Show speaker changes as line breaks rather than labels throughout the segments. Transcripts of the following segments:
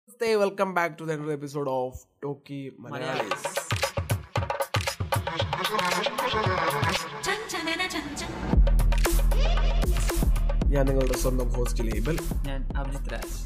Namaste welcome back to the episode of talkie Malayalis
ചൻ ചനന ചൻ ചൻ.
ഞാൻ നിങ്ങളുടെ സ്വന്തം ഹോസ്റ്റ് ലേബൽ
ഞാൻ അഭിജിത് രാജ്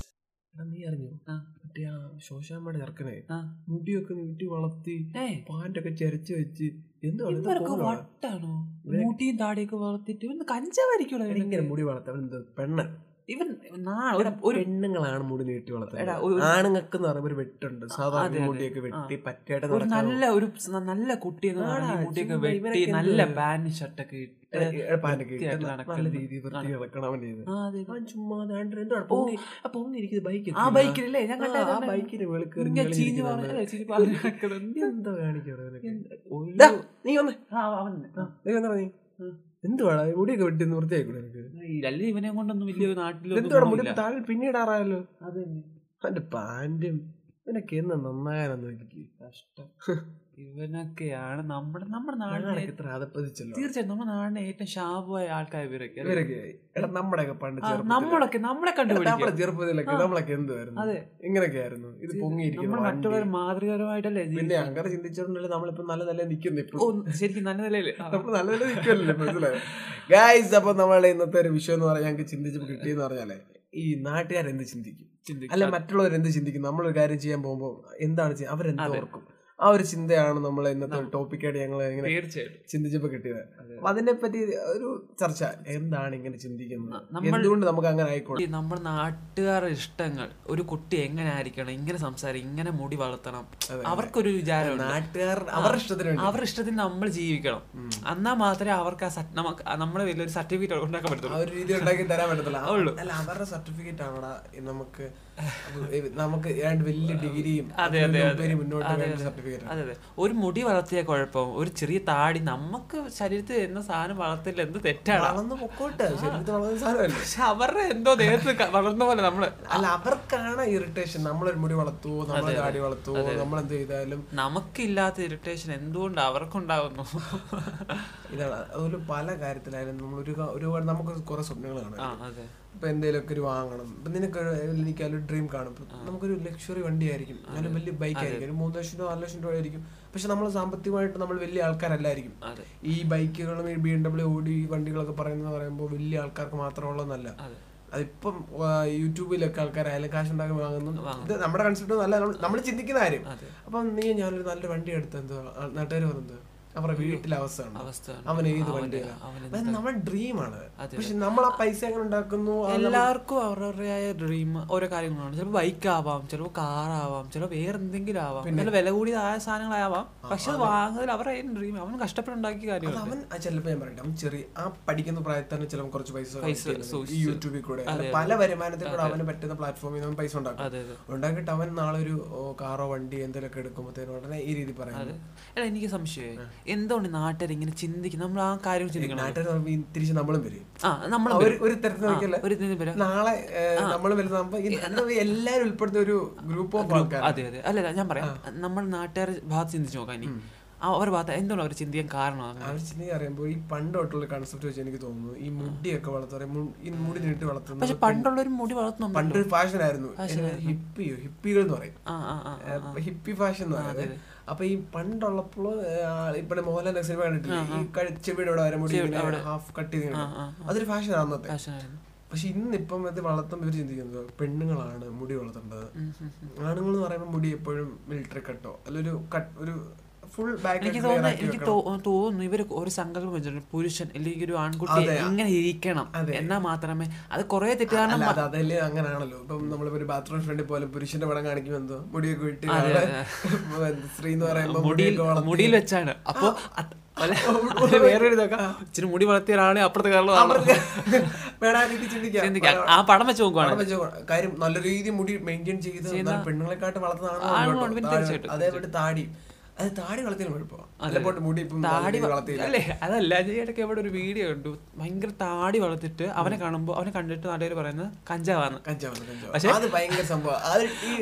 നീ അറിഞ്ഞു
ആ.
മറ്റേ ആ ശോശാമ്മയുടെ ചെറുക്കനെ
ആ.
മുടിയൊക്കെ നീട്ടി വളർത്തി
ഏയ്,
പാൻറ്റൊക്കെ ചെരച്ച് വെച്ച് എന്താണ് ഇത്
ഇവരൊക്കെ
കോലമാണ്?
വട്ടാണോ മൂട്ടിയും താടിയൊക്കെ വളർത്തിട്ട് ഇവൻ കഞ്ചാവായിരിക്കുമല്ലോ
എടാ, ഇങ്ങനെ മുടി വളർത്തവൻ എന്ത് പെണ്ണൻ
ഇവൻ നാളെ ഒരു- ഒരു
പെണ്ണുങ്ങളാണ് മുടി നീട്ടി
എടാ,
വളർത്തുന്നത്
ഒരു-
ആണുങ്ങൾക്ക് എന്ന് പറയുമ്പോൾ ഒരു വെട്ടുണ്ട്
അതെ,
സാധാരണ
അതെ.
മുടിയൊക്കെ വെട്ടി പറ്റേട്ട്
ഒരു
നടക്കാൻ
നല്ല ഒരു സ് നല്ല കുട്ടിയൊക്കെ
ആടാ,
നടന്ന് മുടിയൊക്കെ
ചുമ്മാ
വെട്ടി
ഇവരൊക്കെ
നല്ല
എന്ത്?
പാന്റ് ഷർട്ടൊക്കെ ഇട്ട്
പാൻറ്റൊക്കെ ഇട്ട്
വൃത്തിയായിട്ട്
നല്ല
നടക്കുന്നു.
രീതിയിൽ വൃത്തി ഇളക്കണം അവൻ ചെയ്ത്
ആ, അതെ.
അവൻ ചുമ്മാ ദാണ്ട് എന്താണ് പൊങ്ങി- ആ പൊങ്ങി ഇരിക്കുന്ന ബൈക്ക്
ആ ബൈക്കിലല്ലേ ഞാൻ
ആ, ആ
കണ്ടായിരുന്നു.
ബൈക്കിന് വെളിയിൽ കയറി
ഇങ്ങനെ
ഞെളി
ചീഞ്ഞ്
ഇരിക്കുന്നത്
പറഞ്ഞ്
കാണാം.
അല്ലേ, ചീഞ്ഞ് പറഞ്ഞ് നടക്കുന്നത്. എന്ത്?
എന്താ കാണിക്കണത് ഇവനൊക്കെ?
ഒരു-
ദാ, നീ വന്നേ
ആ, അവൻ തന്നെ. ആ.
നീ വന്നടാ നീ
ഉം.
എന്തുവാടാ ഈ മുടിയൊക്കെ വെട്ടി ഒന്ന് വൃത്തിയായിക്കൂടെ നിനക്ക്?
ഈ അല്ലേ ഇവനെ കൊണ്ടൊന്നും വലിയ നാട്ടിലൊന്നും
എന്തുവാടാ മുടി
ഗുണമില്ല.
താഴെ പിന്നീടാറായല്ലോ
അത് തന്നെ.
അവന്റെ പാന്റും ഇവനൊക്കെ എന്ന് നന്നായാലെന്ന് നോക്കി
കഷ്ടം ഇവനൊക്കെയാണ് നമ്മുടെ നമ്മുടെ നാടിനെ
ഞങ്ങളൊക്കെ ഇത്ര അതപ്പതിച്ചല്ലോ
തീർച്ചയായിട്ടും നമ്മുടെ നാടിനെ ഏറ്റവും ശാപമായ ആൾക്കാർ ഇവരൊക്കെ അല്ലേ?
ഇവരൊക്കെ എടാ നമ്മുടെയൊക്കെ പണ്ട്
ആ,
ചെറുപ്പത്തില്-
നമ്മളൊക്കെ നമ്മളെ
നമ്മുടെ
കണ്ടുപിടിക്കും
ചെറുപ്പത്തിലൊക്കെ
ആ.
നമ്മളൊക്കെ എന്തുവായിരുന്നു
അതെ.
ഇങ്ങനെയൊക്കെ ആയിരുന്നു ഇത്
നമ്മൾ
പൊങ്ങിയിരിക്കുന്നു
മറ്റുള്ളവർ
വണ്ടി.
മാതൃകപരമായിട്ടല്ലേ
പിന്നെ
ജീവിക്കുന്നത്?
അങ്ങനെ ചിന്തിച്ചോണ്ടല്ലേ നമ്മളിപ്പോ നല്ല നല്ല നിക്കുന്നു ഇപ്പൊ
ഓ ശരിക്കും നല്ല നിലയില് ആ.
നമ്മൾ നല്ല നല്ല നിൽക്കുമല്ലേ മനസ്സിലായോ ഗായ്സ് അപ്പൊ നമ്മളെ ഇന്നത്തെ ഒരു വിഷയം എന്ന് പറഞ്ഞാൽ ഞങ്ങൾക്ക് ചിന്തിച്ചപ്പോൾ കിട്ടിയെന്ന് പറഞ്ഞാലേ ഈ നാട്ടുകാർ എന്ത് ചിന്തിക്കും
ചിന്തിക്കും.
അല്ല മറ്റുള്ളവർ എന്ത് ചിന്തിക്കും നമ്മളൊരു കാര്യം ചെയ്യാൻ പോകുമ്പോൾ എന്താണ് ചെയ്യുക അവരെന്ത്
അതെ.
ഓർക്കും ആ ഒരു ചിന്തയാണ് നമ്മൾ ഇന്നത്തെ ടോപ്പിക്കായിട്ട് ഞങ്ങൾ ഇങ്ങനെ
തീർച്ചയായിട്ടും
ചിന്തിച്ചപ്പോൾ കിട്ടിയത്
അതെ.
അപ്പൊ അതിനെപ്പറ്റി ഒരു ചർച്ച എന്താണ് ഇങ്ങനെ ചിന്തിക്കുന്നത്
നമ്മൾ
എന്തുകൊണ്ട് നമുക്ക് അങ്ങനെ ആയിക്കോളും
ഈ നമ്മുടെ നാട്ടുകാരുടെ ഇഷ്ടങ്ങൾ ഒരു കുട്ടി എങ്ങനെ ആയിരിക്കണം ഇങ്ങനെ സംസാരിക്കണം ഇങ്ങനെ മുടി വളർത്തണം അവർക്കൊരു വിചാരം
നാട്ടുകാർ അവരുടെ ഇഷ്ടത്തിന് വേണ്ടി
അവരുടെ ഇഷ്ടത്തിന് നമ്മൾ ജീവിക്കണം എന്നാ മാത്രമേ അവർക്ക് ആ സ- നമുക്ക് ആ നമ്മുടെ വലിയൊരു സർട്ടിഫിക്കറ്റ് ഉണ്ടാക്കാൻ
ആ
പറ്റത്തുള്ളൂ
ഒരു രീതി ഉണ്ടാക്കി തരാൻ പറ്റത്തില്ല അവ- അല്ല അവരുടെ സർട്ടിഫിക്കറ്റ് ആവണ നമുക്ക് ഇത് നമുക്ക് ഏതാണ്ട് വലിയ ഡിഗ്രിയും
അതെ, അതെ, അതെ.
അതിലുപരി മുന്നോട്ട് വേണ്ട സർട്ടിഫിക്കറ്റ്
അതെ അതെ ഒരു മുടി വളർത്തിയ കുഴപ്പം ഒരു ചെറിയ താടി നമുക്ക് ശരീരത്തിൽ എന്ന സാധനം വളർത്തില്ല എന്ത് തെറ്റാണ്
വളർന്ന് പൊക്കോട്ടെ ശരീരത്തിൽ വളർന്ന സാധനമല്ലേ
പക്ഷെ അവരുടെ എന്തോ ദേഹത്ത് ക- വളർന്ന പോലെ നമ്മള്
അല്ല അവർക്കാണ് ഇറിറ്റേഷൻ നമ്മളൊരു മുടി വളർത്തുവോ നമ്മൾ താടി വളർത്തുവോ നമ്മൾ എന്ത് ചെയ്താലും
നമുക്കില്ലാത്ത ഇറിറ്റേഷൻ എന്തുകൊണ്ട് അവർക്കുണ്ടാകുന്നു
ഇതാണ് അതുപോലെ പല കാര്യത്തിലായാലും നമ്മൾ ഒരു ഒരുപാട് നമുക്ക് കുറെ സ്വപ്നങ്ങൾ കാണാം
ആ അതെ
ഇപ്പൊ എന്തെങ്കിലുമൊക്കെ ഒരു വാങ്ങണം ഇപ്പൊ നിനക്ക് എനിക്ക് ഒരു ഡ്രീം കാണും ഇപ്പൊ നമുക്കൊരു ലക്ഷറി വണ്ടി ആയിരിക്കും അങ്ങനെ വലിയ ബൈക്ക് ആയിരിക്കും ഒരു മൂന്ന് ലക്ഷം രൂപ നാല് ലക്ഷം രൂപ ആയിരിക്കും പക്ഷെ നമ്മൾ സാമ്പത്തികമായിട്ട് നമ്മൾ വലിയ ആൾക്കാരല്ലായിരിക്കും
അതെ
ഈ ബൈക്കുകളും ഈ ബി എം ഡബ്ല്യു ഓടി വണ്ടികളൊക്കെ പറയുന്നത് പറയുമ്പോൾ വലിയ ആൾക്കാർക്ക് മാത്രമുള്ളതെന്നല്ല
അതെ
അതിപ്പം ആ, യൂട്യൂബിലൊക്കെ ആൾക്കാർ അയലും കാശ് ഉണ്ടാക്കി വാങ്ങുന്നു ഇത് നമ്മുടെ കൺസെപ്റ്റ് നല്ല നമ്മൾ ചിന്തിക്കുന്ന കാര്യം
അതെ.
അപ്പം നീ ഞാനൊരു നല്ല വണ്ടി എടുത്ത് എന്തോ നാട്ടുകാർ പറഞ്ഞത് അവരുടെ വീട്ടിലെ അവസ്ഥയാണ്
അവസ്ഥ
അവൻ ഏത് വണ്ടിയാണ്
അവന്
നമ്മുടെ ഡ്രീമാണ് പക്ഷെ നമ്മൾ ആ പൈസ എങ്ങനെ ഉണ്ടാക്കുന്നു അത്
എല്ലാവർക്കും അവരുടേതായ ഡ്രീം ഓരോ കാര്യങ്ങളാണ് ചിലപ്പോൾ ബൈക്ക് ആവാം ചിലപ്പോൾ കാർ ആവാം ചിലപ്പോൾ വേറെ എന്തെങ്കിലും ആവാം നല്ല വില കൂടിയതായ സാധനങ്ങളാവാം പക്ഷെ അത് വാങ്ങുന്നതിൽ അവരുടെ ഡ്രീം അവൻ കഷ്ടപ്പെട്ടുണ്ടാക്കിയ കാര്യമാണ്
അവൻ ആ ചിലപ്പോൾ ഞാൻ പറയട്ടെ അവൻ ചെറിയ ആ പഠിക്കുന്ന പ്രായത്തിൽ തന്നെ ചിലപ്പോൾ കുറച്ച് പൈസ കളക്ട് ചെയ്യുന്നുണ്ട്. ഈ യൂട്യൂബിൽ കൂടെ അല്ല, പല വരുമാനത്തിൽ കൂടെ അവന് പറ്റുന്ന പ്ലാറ്റ്ഫോമിൽ നിന്ന് അവൻ പൈസ ഉണ്ടാക്കും
അതെ അതെ
ഉണ്ടാക്കിയിട്ട് അവൻ നാളെ ഒരു ഓ, കാറോ വണ്ടി എന്തെങ്കിലുമൊക്കെ എടുക്കുമ്പോഴത്തേനും ഉടനെ ഈ രീതി പറയുന്നത്
അല്ല എനിക്ക് സംശയമായി എന്തുകൊണ്ട് നാട്ടുകാർ ഇങ്ങനെ ചിന്തിക്കും നമ്മൾ ആ കാര്യം ചിന്തിക്കണം
നാട്ടുകാർ തിരിച്ച് നമ്മളും വരും
ആ നമ്മൾ
ഒരു ഒരു തരത്തിൽ നോക്കിയല്ല
ഒരു ഇതിന് പേര്
നാളെ ഏ, നമ്മൾ വരുന്നതാകുമ്പോ ഈ- എന്താ പറയാ, എല്ലാവരും ഉൾപ്പെടുന്ന ഒരു ഗ്രൂപ്പ് ഓഫ് ആൾക്കാർ
അതെ അതെ അല്ല അല്ല, ഞാൻ പറയാം നമ്മൾ നാട്ടുകാരെ ഭാഗത്ത് ചിന്തിച്ചു നോക്കാൻ ഇനി ആ, അവരുടെ ഭാഗത്ത് എന്തുകൊണ്ട് അവർ ചിന്തിക്കാൻ കാരണം
അവർ ചിന്തി അറിയുമ്പോൾ ഈ പണ്ട് തൊട്ടുള്ള കൺസെപ്റ്റ് വെച്ച് എനിക്ക് തോന്നുന്നു ഈ മുടിയൊക്കെ വളർത്തുക ഈ മുടി നീട്ടി വളർത്തുന്നത്
പക്ഷെ പണ്ടുള്ളവരും മുടി വളർത്തുന്നുണ്ട്
പണ്ടൊരു ഫാഷനായിരുന്നു ഹിപ്പിയോ ഹിപ്പികൾ എന്ന് പറയും
ആ ആ ആ
ഏ, ഹിപ്പി ഫാഷൻ എന്ന് പറയുന്നത് അപ്പൊ ഈ പണ്ടുള്ളപ്പോൾ ഇപ്പഴെ മോഹൻലാൽ സിനിമ കണ്ടിട്ടില്ലേ ഈ കഴി- ചെവിയുടെ അവിടെ വരെ മുടി ഹാഫ് കട്ട് ചെയ്ത് ഇങ്ങനെ. അതൊരു ഫാഷനാണ് അന്നത്തെ
ഫാഷനായിരുന്നു
പക്ഷെ ഇന്നിപ്പം ഇത് വളർത്തുമ്പോൾ ഇവർ ചിന്തിക്കുന്നത് പെണ്ണുങ്ങളാണ് മുടി വളർത്തേണ്ടത് ആണുങ്ങൾ എന്ന് പറയുമ്പോൾ മുടി എപ്പോഴും മിലിറ്ററി കട്ടോ അല്ലൊരു കട്ട് ഒരു ഫുൾ ബാക്ക്
എനിക്ക് തോന്നുന്നു എനിക്ക് തോ- തോന്നുന്നു ഇവര് ഒരു സങ്കല്പം വെച്ചിട്ടുണ്ട് പുരുഷൻ അല്ലെങ്കിൽ ഒരു ആൺകുട്ടി ഇങ്ങനെ ഇരിക്കണം എന്നാ മാത്രമേ അത് കുറെ തെറ്റിദ്ധാരണ
അല്ല അത് അതല്ലേ അങ്ങനാണല്ലോ ഇപ്പം നമ്മളിപ്പോ ഒരു ബാത്റൂം ഫ്രണ്ടിൽ പോലെ പുരുഷന്റെ പടം കാണിക്കുമ്പോൾ എന്തോ മുടിയൊക്കെ വിട്ട് ആളെ, എന്ത് സ്ത്രീ എന്ന് പറയുമ്പോൾ
മുടിയിൽ
മുടിയൊക്കെ വളർത്തി
മുടിയിൽ വെച്ചാണ് അപ്പൊ അത് അല്ല,
ഓ,
അത് വേറൊരു ഇതൊക്കെ ഇച്ചിരി മുടി വളർത്തിയ ഒരാളെ അപ്പുറത്തെ കാരണം
വേണം ആ രീതി ചിന്തിക്കാം
ആ പടം വെച്ച് നോക്കുവാണ്
അവിടെ വെച്ച് കാര്യം നല്ല രീതിയിൽ മുടി മെയിൻറ്റെയിൻ ചെയ്ത് എന്നാൽ പെണ്ണുങ്ങളെക്കാട്ട്
ആണുങ്ങളുണ്ട്, പിന്നെ
വളർത്തുന്നതാണ്
തീർച്ചയായിട്ടും,
അതേപോലെ താടി അത് താടി വളർത്തിയാലും കുഴപ്പമാണ് അതേപോലെ മുടി ഇപ്പം
താടി വ-
വളർത്തി
അല്ലേ അതല്ല ഞാൻ ഈ ഇടയ്ക്ക് എവിടെ ഒരു വീഡിയോ കണ്ടു ഭയങ്കര താടി വളർത്തിട്ട് അവനെ കാണുമ്പോൾ അവനെ കണ്ടിട്ട് നാട്ടുകാർ പറയുന്നത് കഞ്ചാവാന്ന്
കഞ്ചാവ് കഞ്ചാവ് അത് ഭയങ്കര സംഭവം അത് ഈ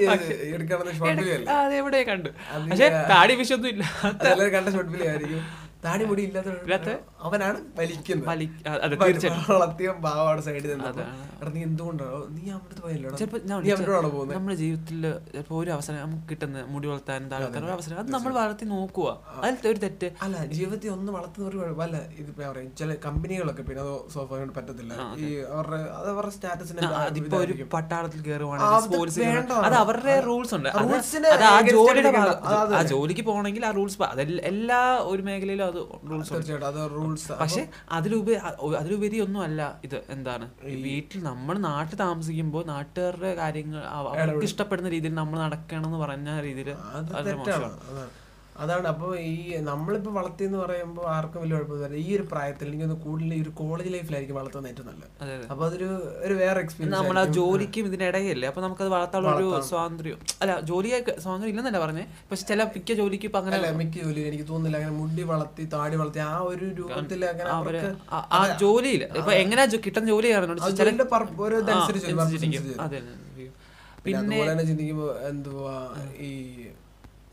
എടുക്കണമെന്ന് ഷോർട്ട് ഫിലിം അല്ല
ആ, അത് എവിടെ കണ്ടു പക്ഷെ താടി വിഷയൊന്നും ഇല്ല
അതെല്ലാവരും കണ്ട ഷോർട്ട് ഫിലിം ആയിരിക്കും താടി മുടി ഇല്ലാത്ത അവനാണ് വലിക്കുന്നത്
വലി- അ- അതെ,
വലി-
തീർച്ചയായിട്ടും.
വളർത്തിയ ഭാവമാണ് സൈഡിൽ നിന്നത്
അതാണ്.
എടാ നീ എന്തുകൊണ്ടാണോ നീ അവൻ്റെ പോയല്ലോ
ചിലപ്പോൾ
നീ അവനോടാണോ പോകുന്നത്
നമ്മുടെ ജീവിതത്തിൽ ചിലപ്പോൾ ഒരു അവസരം നമുക്ക് കിട്ടുന്ന മുടി വളർത്താൻ താഴെ വളർത്താൻ ഒരു അവസരം അത് നമ്മൾ വളർത്തി നോക്കുക അതിൽ ഒരു തെറ്റ്
അല്ല ജീവിതത്തിൽ ഒന്ന് വളർത്തുന്ന ഒരു കുഴപ്പം- അല്ല ഇത് ഇപ്പൊ പറയും ചില കമ്പനികളൊക്കെ പിന്നെ അത് സ്വാഭാവികം കൊണ്ട് പറ്റത്തില്ല ഈ അവരുടെ അത് അവരുടെ സ്റ്റാറ്റസിനെ
അതിപ്പോ ഒരു പട്ടാളത്തിൽ
ആ,
കയറുവാണെങ്കിൽ
അത്
sports ൽ
വേണ്ട.
അത് അവരുടെ റൂൾസ് ഉണ്ട് അത്
Rules-നെ
അത് ആ
against
ജോലിയുടെ
ആയിരിക്കണം.
ഭാഗം
അത്
ആ ജോലിക്ക് പോകണമെങ്കിൽ ആ റൂൾസ് എല്ലാ ഒരു മേഖലയിലും അത് റൂൾസ് ഉണ്ട്
തീർച്ചയായിട്ടും അത് റൂൾസ്
പക്ഷെ അതിലുപരി അ- ഒ- അതിലുപരി ഒന്നും അല്ല ഇത് എന്താണ് വീട്ടിൽ നമ്മൾ നാട്ടിൽ താമസിക്കുമ്പോൾ നാട്ടുകാരുടെ കാര്യങ്ങൾ അവ- അവർക്ക് ഇഷ്ടപ്പെടുന്ന രീതിയിൽ നമ്മൾ നടക്കണം എന്ന് പറഞ്ഞ രീതിയിൽ
അത് തെറ്റാണ് അതാണ് അതാണ് അപ്പോൾ ഈ നമ്മളിപ്പോൾ വളർത്തി എന്ന് പറയുമ്പോൾ ആർക്കും വലിയ കുഴപ്പമില്ല ഈ ഒരു പ്രായത്തിൽ എനിക്ക് ഒന്ന് കൂടുതൽ ഈ ഒരു കോളേജ് ലൈഫിലായിരിക്കും വളർത്തുന്നത് ഏറ്റവും നല്ലത്
അതെ അതെ
അപ്പോൾ അതൊരു ഒരു വേറെ എക്സ്പീരിയൻസ്
നമ്മൾ ആ ജോലിക്കും ഇതിനിടയില്ലേ അപ്പൊ നമുക്കത് വളർത്താനുള്ള ഒരു സ്വാതന്ത്ര്യം അല്ല ജോലി സ്വാതന്ത്ര്യം ഇല്ലെന്നല്ല പറഞ്ഞേ പക്ഷെ ചില മിക്ക ജോലിക്കും ഇപ്പൊ അങ്ങനെ
അല്ല മിക്ക ജോലി എനിക്ക് തോന്നുന്നില്ല അങ്ങനെ മുടി വളർത്തി താടി വളർത്തി ആ ഒരു രൂപത്തിൽ അങ്ങനെ
അവര്
അവർക്ക്
ആ- ആ ജോലിയിൽ ഇപ്പൊ എങ്ങനെയാ ജോ- കിട്ടുന്ന ജോലി കാരണം
ആ ജോലിയുടെ purpose- ഒരു ഇതനുസരിച്ച് ഒരു purpose അനുസരിച്ച്
അതെ
പിന്നെ അതുപോലെ തന്നെ ചിന്തിക്കുമ്പോൾ എന്തുവാ ഈ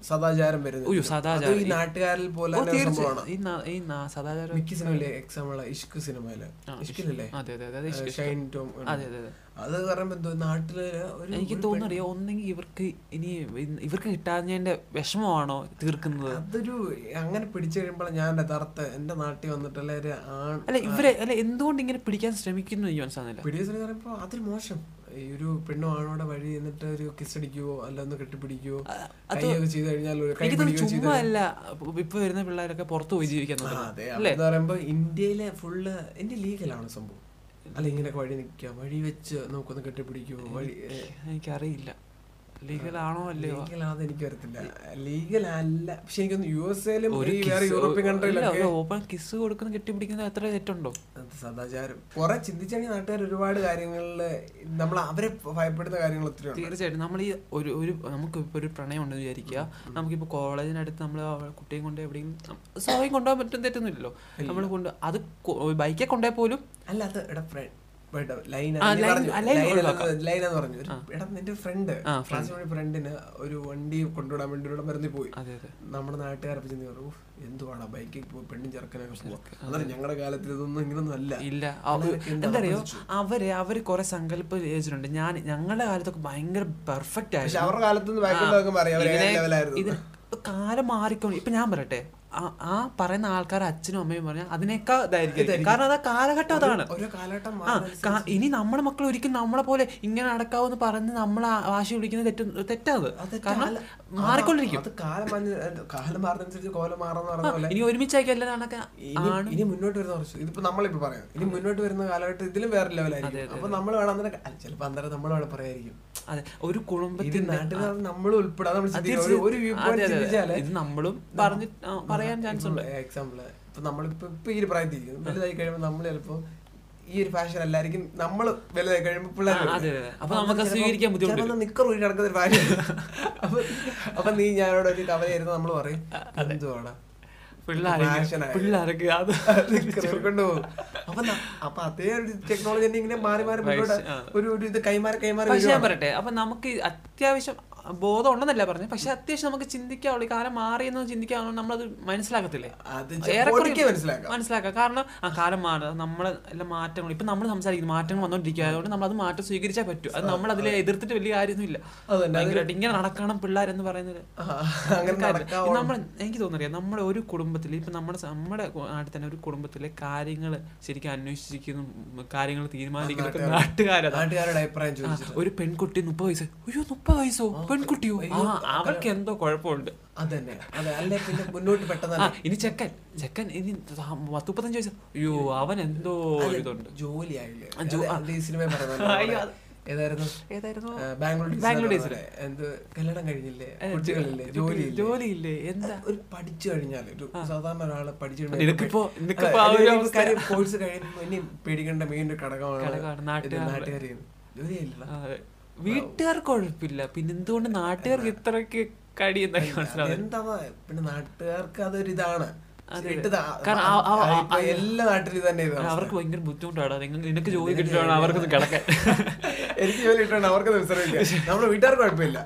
സദാചാരം വരുന്നത്
ഉയ്യോ, സദാചാരം.
അത് ഈ നാട്ടുകാരിൽ പോലെ
ഓ
തന്നെ ഒരു സംഭവമാണ്
തീർച്ചയായും ഈ നാ- ഈ നാ- സദാചാരം
മിക്ക സിനിമയിലെ എക്സാമ്പിൾ ഇഷ്ക് സിനിമയില് ഇഷ്കിലല്ലേ
അതെ അതെ അതെ അതെ ഇഷ്ടം.
ഷൈൻ ടോം
അതെ അതെ അതെ
അത് പറയുമ്പോ എന്തോ നാട്ടില് ഒരു
എനിക്ക് തോന്നുന്നറിയോ ഒന്നെങ്കിൽ ഇവർക്ക് ഇനി ഇ- ഇവർക്ക് കിട്ടാഞ്ഞതിന്റെ വിഷമമാണോ തീർക്കുന്നത്
അതൊരു അങ്ങനെ പിടിച്ചു കഴിയുമ്പോൾ ഞാൻ യഥാർത്ഥ എന്റെ നാട്ടിൽ വന്നിട്ടുള്ള ഒരു ആൺ
അല്ല ഇവരെ അല്ല എന്തുകൊണ്ട് ഇങ്ങനെ പിടിക്കാൻ ശ്രമിക്കുന്നു എനിക്ക് മനസ്സിലാകുന്നില്ല
പിടിയെന്ന് പറയുമ്പോൾ അതൊരു മോശം ഈ ഒരു പെണ്ണും ആണോടെ വഴി നിന്നിട്ട് ഒരു കിസ് അടിക്കുവോ അല്ല ഒന്ന് കെട്ടിപ്പിടിക്കുവോ കൈയൊക്കെ ചെയ്ത് കഴിഞ്ഞാൽ ഒരു കൈ
എനിക്ക്
പിടിക്കുകയോ
തോന്നുന്നു ചുമ്മാ അല്ല ഇപ്പൊ വരുന്ന പിള്ളേരൊക്കെ പുറത്തു പോയി ജീവിക്കാൻ
ആ,
നോക്കുന്നത്.
അതെ എന്ന് പറയുമ്പോ ഇന്ത്യയിലെ ഫുള്ള് ഇന്ത്യ ലീഗലാണ് സംഭവം അല്ല ഇങ്ങനെ വഴി നിൽക്കുക വഴി വെച്ച് നമുക്കൊന്ന് കെട്ടിപ്പിടിക്കുവോ വഴി
എനിക്കറിയില്ല ലീഗലാണോ അല്ലയോ
ലീഗലാണെന്ന് എനിക്ക് വരത്തില്ല ലീഗൽ അല്ല പക്ഷെ എനിക്കൊന്ന് യു എസ് എയിലും
ഒരു
വേറെ യൂറോപ്യൻ കൺട്രിയിലൊക്കെ
ഓപ്പൺ കിസ് കൊടുക്കുന്ന കെട്ടിപ്പിടിക്കുന്നത് എത്ര തെറ്റുണ്ടോ
അത് സദാചാരം കുറെ ചിന്തിച്ചാണെങ്കിൽ നാട്ടുകാർ ഒരുപാട് കാര്യങ്ങളിൽ നമ്മൾ അവരെ ഭയപ്പെടുന്ന കാര്യങ്ങൾ ഒത്തിരി ഉണ്ട്
തീർച്ചയായിട്ടും നമ്മൾ ഈ ഒരു ഒരു നമുക്ക് ഇപ്പോൾ ഒരു പ്രണയം ഉണ്ടെന്ന് വിചാരിക്കുക നമുക്കിപ്പോൾ കോളേജിനടുത്ത് നമ്മൾ കുട്ടിയും കൊണ്ട് എവിടെയെങ്കിലും സ്വാഭാവികം കൊണ്ടുപോകാൻ പറ്റും തെറ്റൊന്നുമില്ലല്ലോ നമ്മൾ കൊണ്ട് അത് ബൈക്കെ കൊണ്ടുപോയാൽ പോലും
അല്ല അത് എടാ ഫ്രണ്ട് ലൈൻ
ആ, line- ആ, line
ലൈനാന്ന് പറഞ്ഞു ഒരു- എടാ നിന്റെ ഫ്രണ്ട്
ആ,
ക്ലാസ്സിലുള്ള ഫ്രണ്ടിന് ഒരു വണ്ടി കൊണ്ടുവിടാൻ വേണ്ടി ഇവിടെ മരുന്നിൽ പോയി
അതെ അതെ
നമ്മുടെ നാട്ടുകാരെ ചിന്തി പറഞ്ഞു "ഉഫ്, എന്തുവാടാ ബൈക്കിൽ പോയി പെണ്ണും ചെറുക്കനൊക്കെ പോവാ അതാണ് ഞങ്ങളുടെ കാലത്തിൽ ഇതൊന്നും ഇങ്ങനൊന്നും അല്ല
ഇല്ല
പിള്ളേരൊക്കെ എന്താ
എന്തറിയോ അവര് അവര് കുറെ സങ്കല്പ ഏജിലുണ്ട് ഞാൻ ഞങ്ങളുടെ കാലത്തൊക്കെ ഭയങ്കര പെർഫെക്റ്റ്
പക്ഷെ
ആയിരുന്നു
അവരുടെ കാലത്തൊന്നും ബാക്കിൽ നോക്കുമ്പോൾ അറിയാം അവരെ
ഇതിനെ- ഇത്
ലെവലായിരുന്നു
ഇപ്പൊ കാലം മാറിക്കൊണ്ട് ഇപ്പൊ ഞാൻ പറയട്ടെ ആ- ആ പറയുന്ന ആൾക്കാർ അച്ഛനും അമ്മയും പറഞ്ഞാൽ അതിനേക്കാൾ ഇതായിരിക്കും കാരണം അത് ആ കാലഘട്ടം അതാണ്
ഓരോ കാലഘട്ടം
ആ
മാറി
കാ- ഇനി നമ്മുടെ മക്കൾ ഒരിക്കലും നമ്മളെ പോലെ ഇങ്ങനെ നടക്കാവെന്ന് പറഞ്ഞ് നമ്മളെ ആ- വാശി പിടിക്കുന്നത് തെറ്റ് തെറ്റാത് കാരണം മാറിക്കൊണ്ടിരിക്കും
അത് കാലം മാറി കാലം മാറുന്നതനുസരിച്ച് കോലം മാറുന്ന പറഞ്ഞ പോലെ
ഇനി ഒരുമിച്ചായിരിക്കും എല്ലാ കണക്ക്
ഇനി ഇനി മുന്നോട്ട് വരുന്ന കുറച്ച് ഇതിപ്പോ നമ്മളിപ്പോ പറയാം ഇനി മുന്നോട്ട് വരുന്ന കാലഘട്ടം ഇതിലും വേറെ ലെവലായിരിക്കും അപ്പൊ നമ്മൾ വേണം അന്നേരം അല്ല, ചിലപ്പോ അന്നേരം നമ്മൾ വേണം പറയായിരിക്കും
അതെ ഒരു
ഇത്
കുടുംബത്തിൽ
നാട്ടിൽ നമ്മൾ ഉൾപ്പെടാതെ നമ്മൾ ചിന്തിക്കണം. ഒരു- ഒരു വ്യൂ പോയിന്റ് ചിന്തിച്ചാല്
ഇത് നമ്മളും പറഞ്ഞ് ആ, പറയാൻ ചാൻസ് ഉണ്ട്
എക്സാമ്പിൾ ഇപ്പൊ നമ്മളിപ്പോ ഇപ്പൊ ഈ ഒരു പ്രായത്തിരിക്കും വലുതായി കഴിയുമ്പോൾ നമ്മൾ ചിലപ്പോ ഈ ഒരു ഫാഷൻ അല്ലായിരിക്കും നമ്മൾ വലുതായി കഴിയുമ്പോൾ പിള്ളേർ
ആ, അതെ അതെ അപ്പൊ നമുക്ക് സ്വീകരിക്കാൻ ബുദ്ധിമുട്ട്
ബുദ്ധിമുട്ട് നിക്കർ ഊരി നടക്കുന്ന ഒരു ഫാഷൻ അപ്പൊ അപ്പൊ നീ ഞാനോട് ഒരു കവലയായിരുന്നു നമ്മൾ പറയും എന്തുവാടാ
പിള്ളേരൊക്കെ
ഫാഷനായി.
പിള്ളേരൊക്കെ അത്
കൊണ്ടുപോകും അപ്പൊ ന- അപ്പൊ അതേ ഒരു ടെക്നോളജി തന്നെ ഇങ്ങനെ മാറി മാറി മുന്നോട്ട് ഒരു ഒരു ഇത് കൈമാറി കൈമാറി
പക്ഷെ ഞാൻ
വരുവാണ്.
പറയട്ടെ അപ്പൊ നമുക്ക് ഈ അത്യാവശ്യം ബോധം ഉണ്ടെന്നല്ല പറഞ്ഞത് പക്ഷെ അത്യാവശ്യം നമുക്ക് ചിന്തിക്കാവുള്ളൂ ഈ കാലം മാറിയെന്ന് ചിന്തിക്കാവുള്ളൂ നമ്മളത് മനസ്സിലാക്കത്തില്ലേ
അത്
ഏറെക്കുറെ
ഒരിക്കൽ മനസ്സിലാക്കാം
മനസ്സിലാക്കാം കാരണം ആ കാലം മാറുക നമ്മളെ എല്ലാ മാറ്റങ്ങൾ ഇപ്പൊ നമ്മൾ സംസാരിക്കുന്നു മാറ്റങ്ങൾ വന്നുകൊണ്ടിരിക്കുക അതുകൊണ്ട് നമ്മൾ അത് മാറ്റം സ്വീകരിച്ചാൽ പറ്റും അത് നമ്മൾ അതിൽ എതിർത്തിട്ട് വലിയ കാര്യമൊന്നുമില്ല
അതുതന്നെ.
ഭയങ്കരമായിട്ട് ഇങ്ങനെ നടക്കണം പിള്ളേർ എന്ന് പറയുന്നത്
ആ, അങ്ങനെ നടക്കാം
നമ്മൾ എനിക്ക് തോന്നുന്നറിയാം നമ്മുടെ ഒരു കുടുംബത്തിൽ ഇപ്പൊ നമ്മുടെ സ- നമ്മുടെ കു- നാട്ടിൽ തന്നെ ഒരു കുടുംബത്തിലെ കാര്യങ്ങൾ ശരിക്കും അന്വേഷിച്ചിരിക്കുന്നു കാര്യങ്ങൾ തീരുമാനിക്കുന്ന നാട്ടുകാരത്
നാട്ടുകാരുടെ അഭിപ്രായം
ആ,
ചോദിച്ചു
ഒരു പെൺകുട്ടി മുപ്പത് വയസ്സ് അയ്യോ മുപ്പത് വയസ്സോ പെൺകുട്ടിയോ ആ അവർക്ക് എന്തോ കുഴപ്പമുണ്ട്
അതന്നെ അതെ അല്ലെ പിന്നെ മുന്നോട്ട്
ആ
പെട്ടെന്ന്
ഇനി ചെക്കൻ ചെക്കൻ ഇനി ആ പത്ത് മുപ്പത്തഞ്ച് വയസ്സ് അയ്യോ അവൻ എന്തോ ഒരു ഇതുണ്ട്
ജോലിയായില്ലേ
ജോ-
അത് ഈ സിനിമ പറയുന്നത്
അയ്യോ,
പോലെ. ഏതായിരുന്നു
ഏതായിരുന്നു
ആ, ബാംഗ്ലൂർ ഡേയ്സ്
ബാംഗ്ലൂർ
എന്ന് പറഞ്ഞ എന്ത് കല്യാണം കഴിഞ്ഞില്ലേ കുട്ടികളില്ലേ ജോലിയില്ലേ
ജോലിയില്ലേ എന്താ
ഒരു പഠിച്ചു കഴിഞ്ഞാൽ ഒരു സാധാരണ ഒരാള് പഠിച്ചു
നിനക്കിപ്പോ- നിനക്കിപ്പോ ആ ഒരു അവസ്ഥ.
കോഴ്സ് കഴിയുമ്പോൾ ഇനി പേടിക്കേണ്ട മെയിൻ ഒരു ഘടകമാണ്
ഘടകമാണ്
ഇത്
നാട്ടുകാരുടെ.
നാട്ടുകാരി ജോലിയായില്ല
ആ, വീട്ടുകാർക്ക് കുഴപ്പമില്ല പിന്നെ എന്തുകൊണ്ട് നാട്ടുകാർക്ക് ഇത്രക്ക് കടി എന്നൊക്കെ മനസ്സിലാവും
എന്താ പിന്നെ നാട്ടുകാർക്ക് അതൊരു ഇതാണ്
കാരണം ആ- ആ- ആ-
എല്ലാ നാട്ടിലും ഇത് തന്നെ ഇതാണ്
അവർക്ക് ഭയങ്കര ബുദ്ധിമുട്ടാണ് നിങ്ങൾ നിനക്ക് ജോലി കിട്ടിയാണ് അവർക്ക് കിടക്കാൻ
എനിക്ക് ജോലി ഇട്ടുണ്ട് അവർക്ക് വിശ്രമിക്കാം നമ്മുടെ വീട്ടുകാർക്ക് കുഴപ്പമില്ല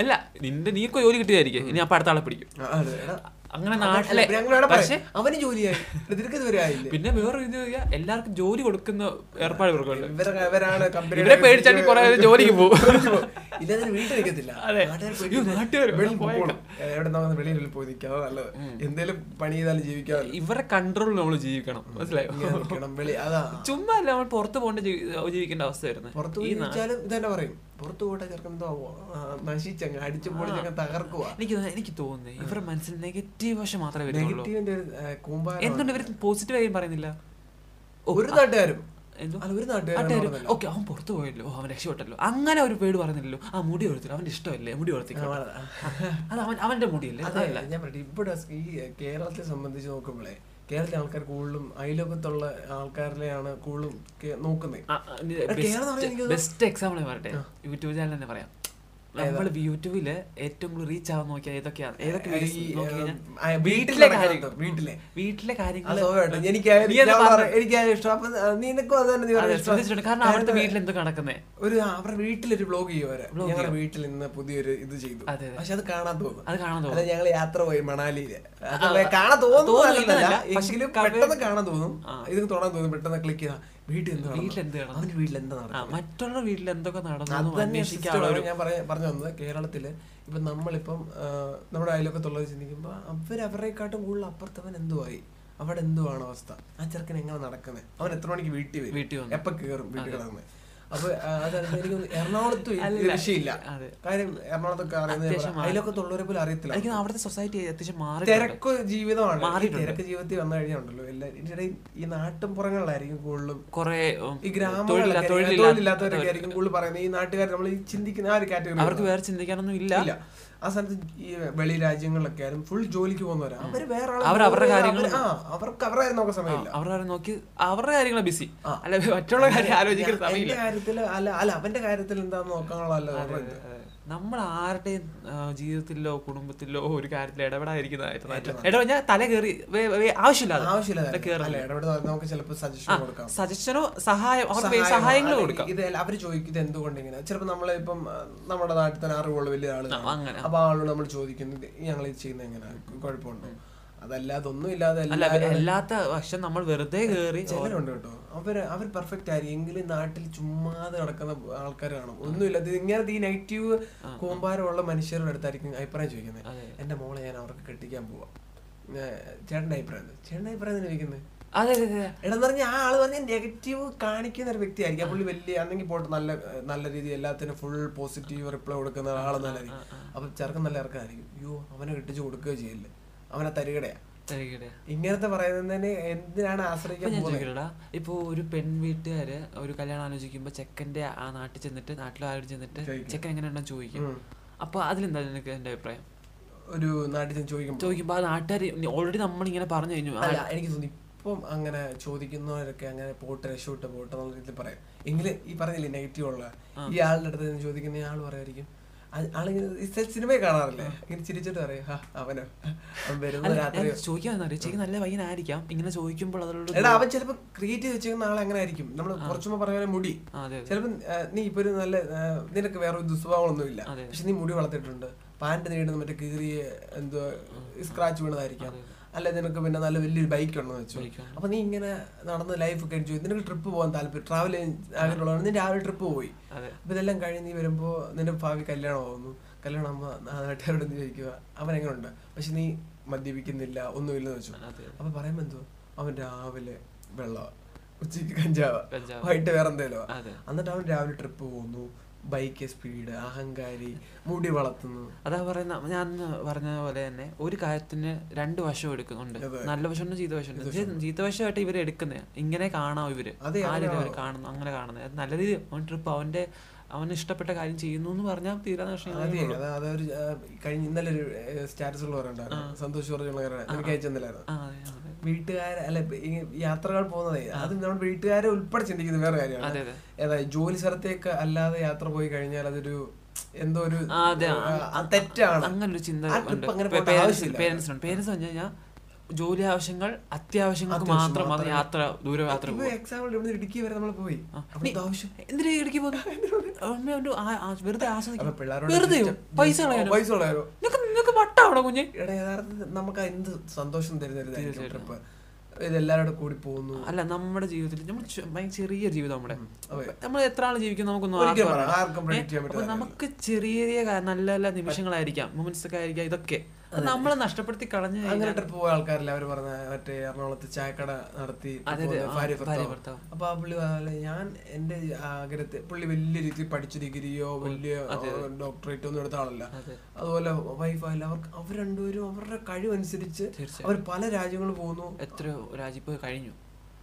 അല്ല നിന്റെ നീക്ക് ജോലി കിട്ടിയതായിരിക്കും ഇനി അപ്പൊ അടുത്ത ആളെ പിടിക്കും
ആ, അതെ എടാ,
അങ്ങനെ
അവൻ- അല്ല,
നാട്ടിലെ
ഇപ്പൊ ഞങ്ങൾ ഇവിടെ പറയാം.
പക്ഷേ
അവന് ജോലിയായി ഇതിനൊക്കെ ഇതുവരെ ആയില്ല
പിന്നെ വേറെ ഇത് ചോദിക്കാ, എല്ലാവർക്കും ജോലി കൊടുക്കുന്ന ഏർപ്പാട് ഇവർക്കുണ്ട്
ഇവരാണ് കമ്പനി
ഇവരെ പേടിച്ചാണ് കുറെ പേര് ജോലിക്ക് പോകും
ഇല്ല അതിന് വീട്ടിലിരിക്കത്തില്ല
അതെ.
നാട്ടുകാർ
അയ്യോ, നാട്ടുകാർ
പേടിക്കും. വെളിയിൽ
പോയേക്കാം.
പോകണം. എവിടെ നിന്ന് വെളിയിൽ പോയി നിൽക്കാതെ നല്ലത് എന്തേലും പണി ചെയ്താലും ജീവിക്കാമല്ലോ
ഇവരെ കൺട്രോളിൽ നമ്മൾ ജീവിക്കണം മനസ്സിലായോ
ഇങ്ങനെ നിൽക്കണം വെളി അതാ
ചുമ്മാ അല്ല നമ്മൾ പുറത്ത് പോകേണ്ട ജീവി- ജീവിക്കേണ്ട അവസ്ഥ വരുന്നത്
പുറത്തു പോയി ചോദിച്ചാലും ഇതന്നെ പറയും പുറത്തു പോട്ടെ ചെറുക്കൻ എന്തോ നശിച്ചങ്ങ് അടിച്ചു പൊളിച്ചങ്ങ് തകർക്കുക
എനിക്ക് തോന്നുന്നു- എനിക്ക് തോന്നുന്നത് ഇവരുടെ മനസ്സിൽ നെഗറ്റീവ് വശം മാത്രമേ വരുന്നുള്ളൂ
നെഗറ്റീവിന്റെ ഒരു ഏഹ്, കൂമ്പാരം
എന്തുകൊണ്ട് ഇവർ പോസിറ്റീവ് ആയി പറയുന്നില്ല ഓ,
ഒരു നാട്ടുകാരും
എന്തോ?
അല്ല, ഒരു നാട്ടുകാരും
നാട്ടുകാര്,
പറഞ്ഞില്ല.
ഓക്കെ അവൻ പുറത്തു പോയല്ലോ അവൻ രക്ഷപ്പെട്ടല്ലോ അങ്ങനെ ഒരു പേട് പറഞ്ഞില്ലല്ലോ ആ മുടി വളർത്തില്ല അവന്റെ ഇഷ്ടമല്ലേ മുടി വളർത്തിക്കോ അത് അവൻ അവന്റെ മുടിയല്ലേ
അതെ
അതല്ല
ഞാൻ പറയട്ടെ ഇവിടെ ഈ കേരളത്തെ സംബന്ധിച്ച് നോക്കുമ്പോഴേ കേരളത്തിലെ ആൾക്കാർ കൂടുതലും അയലോകത്തുള്ള ആൾക്കാരിലെയാണ് കൂടുതലും കേ- നോക്കുന്നത് എടാ, കേരളം എന്ന് പറഞ്ഞാൽ എനിക്ക്
ബെസ്റ്റ് എക്സാമ്പിൾ ഞാൻ പറയട്ടെ യൂട്യൂബ് ചാനൽ തന്നെ പറയാം നമ്മൾ യൂട്യൂബില് ഏറ്റവും കൂടുതൽ റീച്ച് ആവാൻ നോക്കിയാൽ ഏതൊക്കെയാണ് ഏതൊക്കെ videos
ഈ,
നോക്കി
ഏഹ്,
കഴിഞ്ഞാൽ
ആ, വീട്ടിലെ
വീട്ടിലെ
കാര്യം
കാര്യം.
വീട്ടിലെ
വീട്ടിലെ കാര്യങ്ങൾ
അത് സ്വാഭാവികമായിട്ടും. എനിക്ക്
നീ എന്താ പറഞ്ഞത്?
എനിക്ക് ഇഷ്ടം അപ്പൊ നിനക്കും അത് തന്നെ നീ പറഞ്ഞ
അതെ,
ഇഷ്ടം.
ശ്രദ്ധിച്ചിട്ടുണ്ട് കാരണം അവിടുത്തെ വീട്ടിൽ എന്ത് നടക്കുന്നേ
ഒരു അവരുടെ വീട്ടിലൊരു ബ്ലോഗ് ചെയ്യുവരെ
Vlog
ഞങ്ങളുടെ വീട്ടിൽ ഇന്ന് പുതിയൊരു ഇത് ചെയ്തു
അതെ, അതെ.
പക്ഷെ അത് കാണാൻ തോന്നും
അത് കാണാൻ
അല്ല
തോന്നും
ഞങ്ങൾ യാത്ര പോയി മണാലിയില് അത്
ആ,
വേ- കാണാൻ തോന്നുന്നില്ല
തോന്നുന്നില്ല. പക്ഷെ
എങ്കിലും
കവേ-
പെട്ടെന്ന് കാണാൻ തോന്നും
ആ.
ഇത് തൊടാൻ തോന്നും പെട്ടെന്ന് ക്ലിക്ക് ചെയ്താ വീട്ടിൽ എന്ത്
വീട്ടിൽ എന്ത്
നടന്നു?
നടന്നു?
അവന്റെ വീട്ടിൽ എന്താ
ആ,
നടന്നു
മറ്റുള്ള വീട്ടിൽ എന്തൊക്കെ
അത്
നടന്നു
തന്നെ
അന്വേഷിക്കാനുള്ള
system
ഒരു
ആണ് ഞാൻ പറയ- പറഞ്ഞു വന്നത് കേരളത്തില് ഇപ്പൊ നമ്മളിപ്പം ആ, നമ്മുടെ അയലൊക്കത്തുള്ളത് ചിന്തിക്കുമ്പോ അവരവരെക്കാട്ടും കൂടുതൽ അപ്പുറത്തവൻ എന്തുവായി അവിടെ എന്തുവാണ് അവസ്ഥ ആ ചെറുക്കൻ എങ്ങനെ നടക്കുന്നത് അവൻ എത്ര മണിക്ക് വീട്ടിൽ വരും
വീട്ടിൽ വന്നു.
എപ്പോ കയറും വീട്ടിൽ കിടന്ന് അപ്പൊ ആ, അതാണ് എനിക്ക് തോന്നുന്നു എറണാകുളത്തും ഈ
അല്ല.
വിഷയമില്ല
അതെ.
കാര്യം എറണാകുളത്തൊക്കെ അറിയുന്നത്
അത്യാവശ്യം
അയലൊക്കത്തുള്ളവരെ പോലും അറിയത്തില്ല
എനിക്ക് അവിടുത്തെ സൊസൈറ്റി അത്യാവശ്യം മാറി
തിരക്ക് ജീവിതമാണ് ഈ
മാറിയിട്ടുണ്ട്.
തിരക്ക് ജീവിതത്തിൽ വന്നു കഴിഞ്ഞാൽ ഉണ്ടല്ലോ എല്ലാ ഇതിനിടയിൽ ഈ നാട്ടും പുറങ്ങളിലായിരിക്കും കൂടുതലും
കുറെ ഉം,
ഈ ഗ്രാമങ്ങളിലൊക്കെ
തൊഴിലില്ലാ-
ആയിരിക്കും-
തൊഴിലില്ലാത്ത-
തൊഴിലില്ലാത്തവരൊക്കെ ആയിരിക്കും കൂടുതൽ പറയുന്നത് ഈ നാട്ടുകാർ നമ്മൾ ഈ ചിന്തിക്കുന്ന ആ ഒരു കാറ്റഗറി
അവർക്ക് വേറെ ചിന്തിക്കാനൊന്നും ഇല്ല
ഇല്ല ആ സ്ഥലത്ത് ഈ വെളി രാജ്യങ്ങളിലൊക്കെ ആയാലും ഫുൾ ജോലിക്ക് പോകുന്നവരാ അവര് വേറെ ആളെ
അവര് അവരുടെ
നോക്കുന്നത്
കാര്യങ്ങൾ-
അവര്- ആ അവർക്ക് അവരുടെ കാര്യം നോക്കാൻ സമയമില്ല
അവരുടെ കാര്യം നോക്കി അവരുടെ കാര്യങ്ങളാണ് ബിസി
ആ.
അല്ല മറ്റുള്ള കാര്യം ആലോചിക്കുന്ന
എന്റെ
സമയമില്ല
കാര്യത്തിൽ അല്ല അല്ല അവന്റെ കാര്യത്തിൽ എന്താന്ന് നോക്കാനുള്ളതല്ല അവരുടെ ഇത്.
നമ്മൾ ആരുടെയും ആ, ജീവിതത്തിലോ കുടുംബത്തിലോ ഒരു കാര്യത്തിൽ ഇടപെടാതിരിക്കുന്നതായിട്ട് ഇടപെടാ ഞാൻ തല കയറി ആവശ്യമില്ലാതെ
ആവശ്യമില്ല
ഇതൊക്കെ
കാര്യം. അല്ല,
കേറുന്നില്ല.
ഇടപെടുന്ന നമുക്ക് ചിലപ്പോൾ സജഷൻ കൊടുക്കാം
സജഷനോ സഹായം അവർക്ക് വേ- സഹായങ്ങൾ
അതെ,
കൊടുക്കാം
ഇത് അവർ ചോദിക്കുന്നത് എന്തുകൊണ്ട് ഇങ്ങനെ ചിലപ്പോൾ നമ്മളെ ഇപ്പം ആ, നമ്മുടെ നാട്ടിൽ തന്നെ അറിവുള്ള വലിയ ആളുകൾ
അങ്ങനെ.
അപ്പൊ ആളോട് നമ്മൾ ചോദിക്കുന്നത് ഞങ്ങൾ ഇത് ചെയ്യുന്നത് എങ്ങനെ കുഴപ്പമുണ്ടോ അതല്ലാതെ ഒന്നും ഇല്ലാതെ
അല്ല
എല്ലാവരും-
അല്ലാത്ത പക്ഷെ നമ്മൾ വെറുതെ കയറി
ചിലരുണ്ട് കേട്ടോ അവര് അവർ പെർഫെക്റ്റ് ആയിരിക്കും എങ്കിലും നാട്ടിൽ ചുമ്മാതെ നടക്കുന്ന ആൾക്കാർ കാണും ഒന്നുമില്ല ഇത് ഇങ്ങനത്തെ ഈ നെഗറ്റീവ് കൂമ്പാരമുള്ള മനുഷ്യരുടെ അടുത്തായിരിക്കും അഭിപ്രായം ചോദിക്കുന്നത്
അതെ.
എന്റെ മോളെ ഞാൻ അവർക്ക് കെട്ടിക്കാൻ പോവാം ഏർ, ചേട്ടന്റെ അഭിപ്രായം എന്താ? ചേട്ടന്റെ അഭിപ്രായം തന്നെ ചോദിക്കുന്നത്
അതെ അതെ അതെ
എടാന്ന് പറഞ്ഞാൽ ആ ആള് പറഞ്ഞ നെഗറ്റീവ് കാണിക്കുന്ന ഒരു വ്യക്തിയായിരിക്കും ആ പുള്ളി വലിയ അല്ലെങ്കിൽ പോട്ടെ നല്ല നല്ല രീതി എല്ലാത്തിനും ഫുൾ പോസിറ്റീവ് റിപ്ലൈ കൊടുക്കുന്ന ആള് നല്ലതായിരിക്കും അപ്പൊ ചെറുക്കൻ നല്ല ഇറക്കായിരിക്കും അയ്യോ അവനെ കെട്ടിച്ച് കൊടുക്കുകയോ ചെയ്യില്ല അവനെ തരികടയാ
ശരിക്കട്ടെ
ഇങ്ങനത്തെ പറയുന്നതിനെ എന്തിനാണ്
ഇപ്പൊ
ആശ്രയിക്കാൻ
ഞാൻ
പോകുന്നത്
ചോദിക്കടാ ഇപ്പൊ ഒരു പെൺ വീട്ടുകാര് ഒരു കല്യാണം ആലോചിക്കുമ്പോ ചെക്കന്റെ ആ നാട്ടിൽ ചെന്നിട്ട് നാട്ടിലെ ആരും ചെന്നിട്ട് ചെക്കൻ എങ്ങനെയുണ്ടെന്ന് ചോദിക്കും അപ്പൊ അതിലെന്താ നിനക്ക് എന്റെ അഭിപ്രായം
ഒരു നാട്ടിൽ ചെന്ന് ചോദിക്കുമ്പോൾ
ചോദിക്കുമ്പോ ആ നാട്ടുകാർ ഓൾറെഡി നമ്മൾ ഇങ്ങനെ പറഞ്ഞു കഴിഞ്ഞു ആ,
അല്ല എനിക്ക് തോന്നുന്നു ഇപ്പം അങ്ങനെ ചോദിക്കുന്നവരൊക്കെ അങ്ങനെ പോട്ടെ രക്ഷപ്പെട്ട് പോട്ടെ എന്നുള്ള രീതിയിൽ പറയാം എങ്കിലും ഈ പറഞ്ഞില്ലേ നെഗറ്റീവ് ഉള്ള ഈ ആളുടെ അടുത്ത് നിന്ന് ചോദിക്കുന്ന ആൾ പറയായിരിക്കും അത് ആളിങ്ങനെ ഈ സ- സിനിമയെ കാണാറില്ലേ ഇങ്ങനെ ചിരിച്ചിട്ട് പറയും "ഹാ, അവനോ അവൻ വരുന്ന രാത്രി
അല്ല ചോദിക്കാൻ ചെക്ക് നല്ല പയ്യനായിരിക്കാം ഇങ്ങനെ ചോദിക്കുമ്പോൾ അതിലുള്ള
എടാ അവൻ ചിലപ്പോൾ ക്രിയേറ്റ് ചെയ്ത് വെച്ചിരിക്കുന്ന ആൾ അങ്ങനെ ആയിരിക്കും നമ്മൾ കുറച്ചു മുമ്പ് പറഞ്ഞ പോലെ മുടി
ആ, അതെ അതെ
ചിലപ്പോൾ നീ ഇപ്പൊ ഒരു നല്ല ആ, നിനക്ക് വേറെ ഒരു ദുസ്വഭാവമൊന്നുമില്ല
അതെ.
പക്ഷെ നീ മുടി വളർത്തിയിട്ടുണ്ട് പാൻറ് നീടുന്ന മറ്റേ കീറിയ എന്തോ സ്ക്രാച്ച് വീണതായിരിക്കാം അല്ല നിനക്ക് പിന്നെ നല്ല വലിയൊരു ബൈക്ക് ഉണ്ടെന്ന് വെച്ചു അപ്പൊ നീ ഇങ്ങനെ നടന്ന് ലൈഫ് ഒക്കെ എൻജോയ് ചെയ്ത് നിനക്ക് ട്രിപ്പ് പോകാൻ താല്പര്യം ട്രാവൽ ആഗ്രഹമുള്ളതാണ് നീ രാവിലെ ട്രിപ്പ് പോയി
അതെ
അപ്പൊ ഇതെല്ലാം കഴിഞ്ഞ് നീ വരുമ്പോ നിന്റെ ഭാവി കല്യാണം ആവുന്നു കല്യാണം ആകുമ്പോൾ നാട്ടുകാരോട് നീ ചോദിക്കുക അവൻ എങ്ങനെയുണ്ട് പക്ഷെ നീ മദ്യപിക്കുന്നില്ല ഒന്നുമില്ലെന്ന് വെച്ചു
അതെ
അപ്പൊ പറയുമ്പോ എന്തോ അവൻ രാവിലെ വെള്ളമാ ഉച്ചയ്ക്ക് കഞ്ചാവ
കഞ്ചാവ്.
വൈകിട്ട് വേറെ എന്തേലോ
അതെ
എന്നിട്ട് അവൻ രാവിലെ ട്രിപ്പ് പോകുന്നു ബൈക്ക് സ്പീഡ് അഹങ്കാരി മുടി വളർത്തുന്നു
അതാ പറയുന്ന ഞാൻ അന്ന് പറഞ്ഞ പോലെ തന്നെ ഒരു കാര്യത്തിന് രണ്ട് വശം എടുക്കുന്നുണ്ട്
അതെ.
നല്ല വശമുണ്ട് ചീത്ത വശമുണ്ട് പക്ഷേ ചീത്ത വശമായിട്ട് ഇവർ എടുക്കുന്നത് ഇങ്ങനെ കാണാം ഇവര്
അതെ,
ആ രീതി അവർ
അതാണ്.
കാണുന്നു അങ്ങനെ കാണുന്നത് അത് നല്ല രീതി അവൻ ട്രിപ്പ് അവന്റെ അവന് ഇഷ്ടപ്പെട്ട കാര്യം ചെയ്യുന്നു എന്ന് പറഞ്ഞാൽ തീരാന്ന്
അതെ
പ്രശ്നം
അതാ- അതൊരു ആ, കഴിഞ്ഞ ഇന്നലെ ഒരു സ്റ്റാറ്റസ് ഉള്ളവരുണ്ടായിരുന്നു സന്തോഷ് പറഞ്ഞുള്ളവരെ നിനക്ക് അയച്ചെന്നില്ലായിരുന്നു
ആ അതെ അതെ
വീട്ടുകാരെ അല്ല ഇപ്പൊ ഈ യാത്രകൾ പോകുന്നതേ അത് നമ്മുടെ വീട്ടുകാരെ ഉൾപ്പെടെ ചിന്തിക്കുന്ന വേറെ
അതെ,
കാര്യമാണ്
അതെ.
ഏതാ ജോലി സ്ഥലത്തേക്ക് അല്ലാതെ യാത്ര പോയി കഴിഞ്ഞാൽ അതൊരു എന്തോ ഒരു
ആ, അതെ.
ആ, ആ, തെറ്റാണ്
അങ്ങനൊരു ചിന്ത
ആ trip അങ്ങനെ പോകേണ്ട ആവശ്യമില്ല.
പേരൻസിനുണ്ട് പേരൻസ് പറഞ്ഞു കഴിഞ്ഞാൽ ജോലി ആവശ്യങ്ങൾ അത്യാവശ്യങ്ങൾക്ക് മാത്രം അത് യാത്ര ദൂരയാത്ര
ഇപ്പൊ എക്സാമ്പിൾ ഇവിടുന്ന് ഇടുക്കി വരെ നമ്മൾ പോയി അപ്പൊ ഇത് ആവശ്യം
എന്തിനാ ഇടയ്ക്ക് പോകുന്നത് വെറുതെ
അപ്പൊ
ആസ്വദിക്കും
പിള്ളേരോട്
വെറുതെ
system-
പൈസ
ഓ,
കളയാനോ
പൈസ കളയാനോ
നിനക്ക് നിനക്ക് വട്ടാണോ അവിടെ കുഞ്ഞ്
എടാ യഥാർത്ഥത്തിൽ നമുക്ക് എന്ത് സന്തോഷം തരുന്ന ഒരു ഇതായിരിക്കും ട്രിപ്പ് ഇതെല്ലാവരും കൂടെ കൂടി പോകുന്നു
അല്ല നമ്മുടെ ജീവിതത്തിൽ നമ്മൾ ചെ- ഭയങ്കര ചെറിയ ജീവിതം നമ്മുടെ
അതെ.
നമ്മൾ എത്ര ആൾ ജീവിക്കും നമുക്കൊന്നും
ഒരിക്കലും
ആർക്കും
പറ,
അറിയില്ല.
ആർക്കും predict ചെയ്യാൻ
ഏ, അപ്പൊ
പറ്റുന്ന
നമുക്ക് ചെറിയ ചെറിയ കാ- നല്ല നല്ല നിമിഷങ്ങളായിരിക്കാം മൊമെന്റ്സ് ഒക്കെ ആയിരിക്കാം ഇതൊക്കെ നമ്മൾ നഷ്ടപ്പെടുത്തി കളഞ്ഞു
അങ്ങനെ ട്രിപ്പ് പോയ ആൾക്കാരില്ല അവർ പറഞ്ഞ മറ്റേ എറണാകുളത്ത് ചായക്കട നടത്തി trip
അതെ, അതെ,
പോകുന്ന
ആ,
ഭാര്യ
ഭാര്യ
ഭർത്താവ്
ഭർത്താവ്.
അപ്പൊ ആ പുള്ളി പറഞ്ഞ ഞാൻ എന്റെ ആഗ്രഹത്തെ പുള്ളി വലിയ രീതിയിൽ പഠിച്ച ഡിഗ്രിയോ വലിയ ഡോക്ടറേറ്റ് ഒന്നും എടുത്ത ആളല്ല
അതെ.
അതുപോലെ വൈഫായാലും അവർക്ക് അവർ രണ്ടുപേരും അവരുടെ കഴിവനുസരിച്ച്
തീർച്ചയായും.
അവർ പല രാജ്യങ്ങളിൽ പോകുന്നു
എത്ര രാജ്യപ്പ് കഴിഞ്ഞു